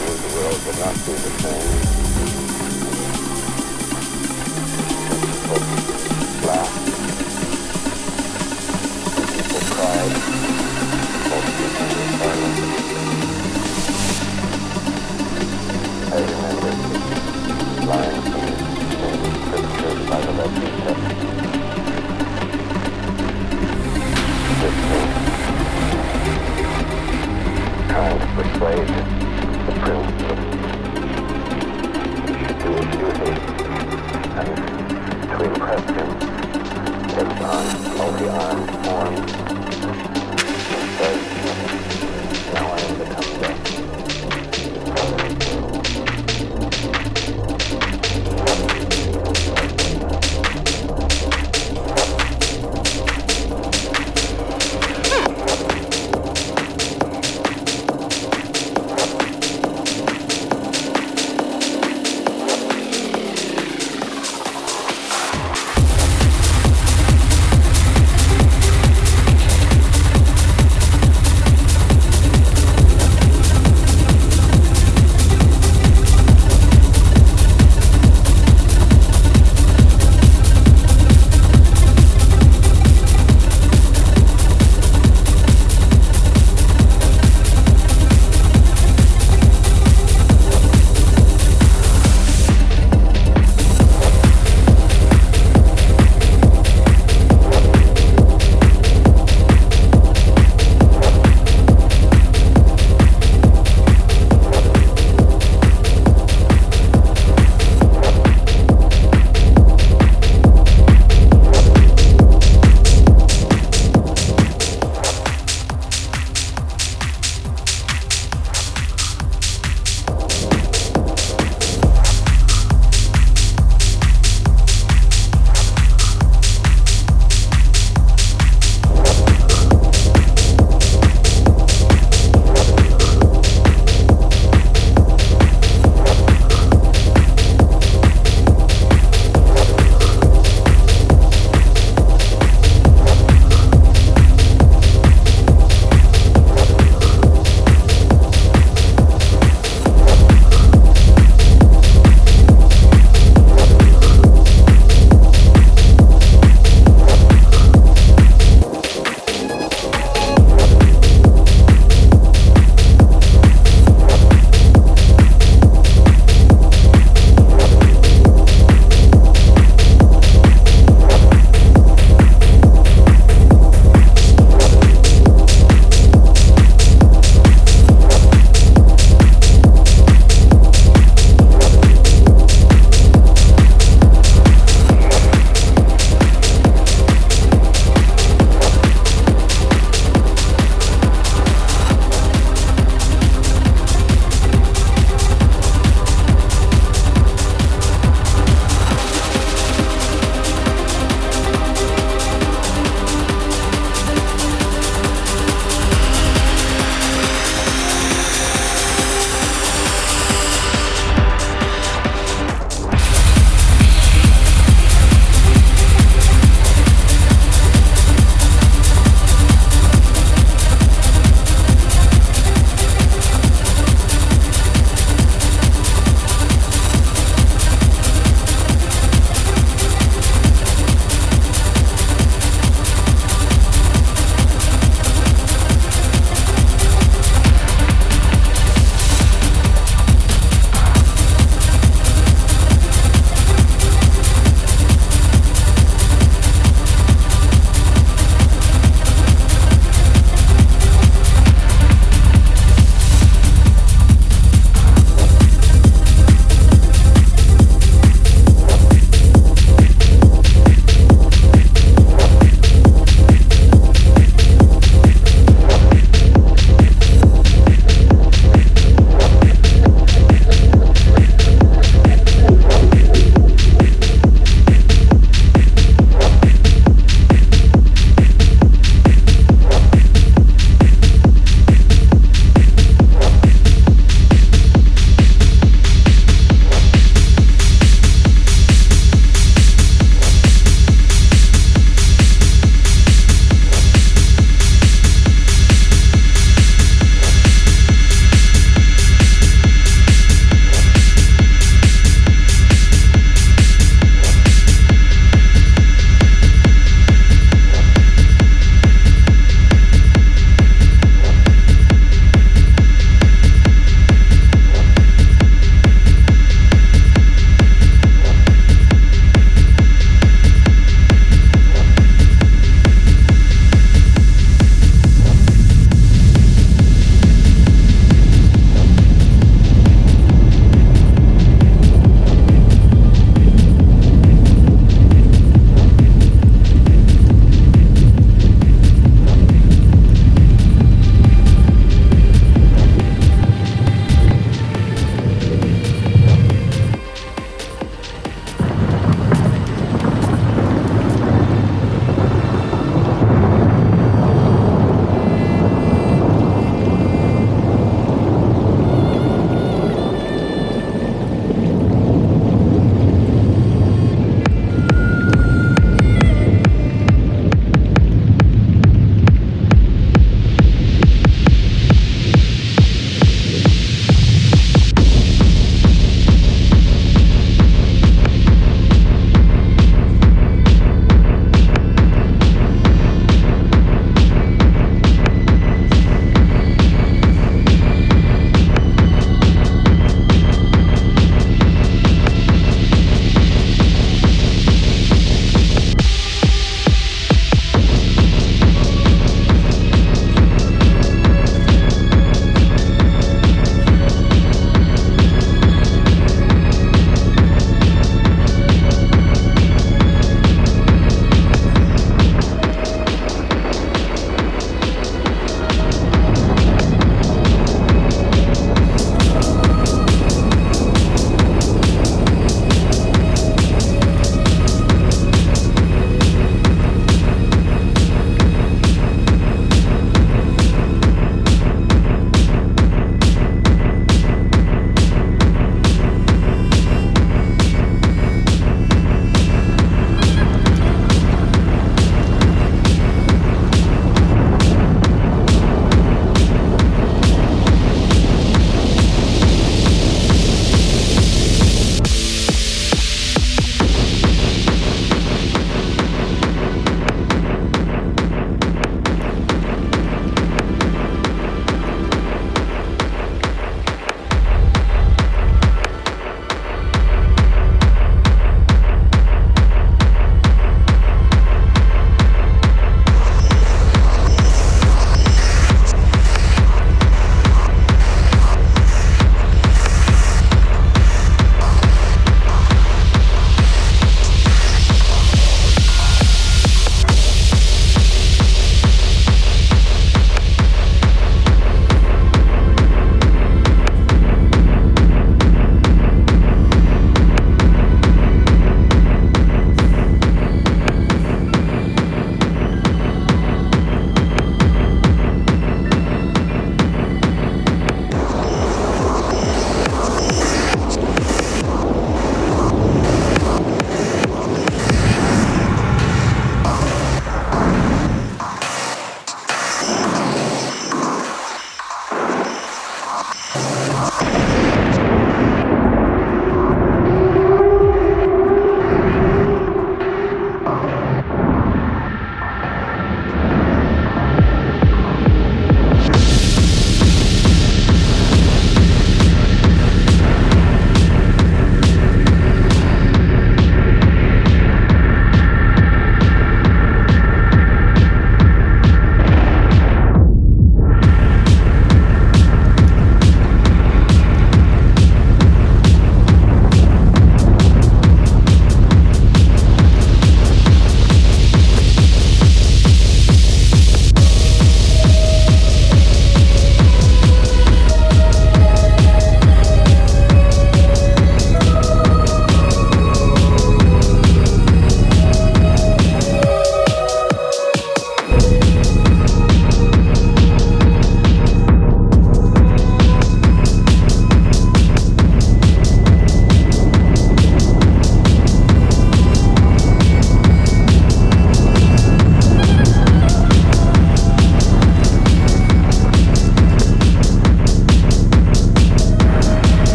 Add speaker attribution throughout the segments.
Speaker 1: but not through the phone. People laugh. People cried. Most people were silent. I remember lying to me in the scriptures by the Levita. Scriptures trying to persuade the prince that he should do his duty and to impress him takes on multi-armed form and says, now I am become death.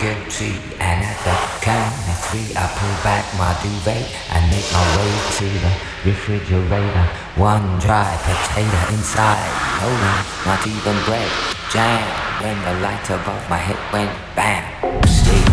Speaker 2: guilty and at the count of three I pull back my duvet and make my way to the refrigerator One dry potato inside, no one, not even bread Jam when the light above my head went bam Sleep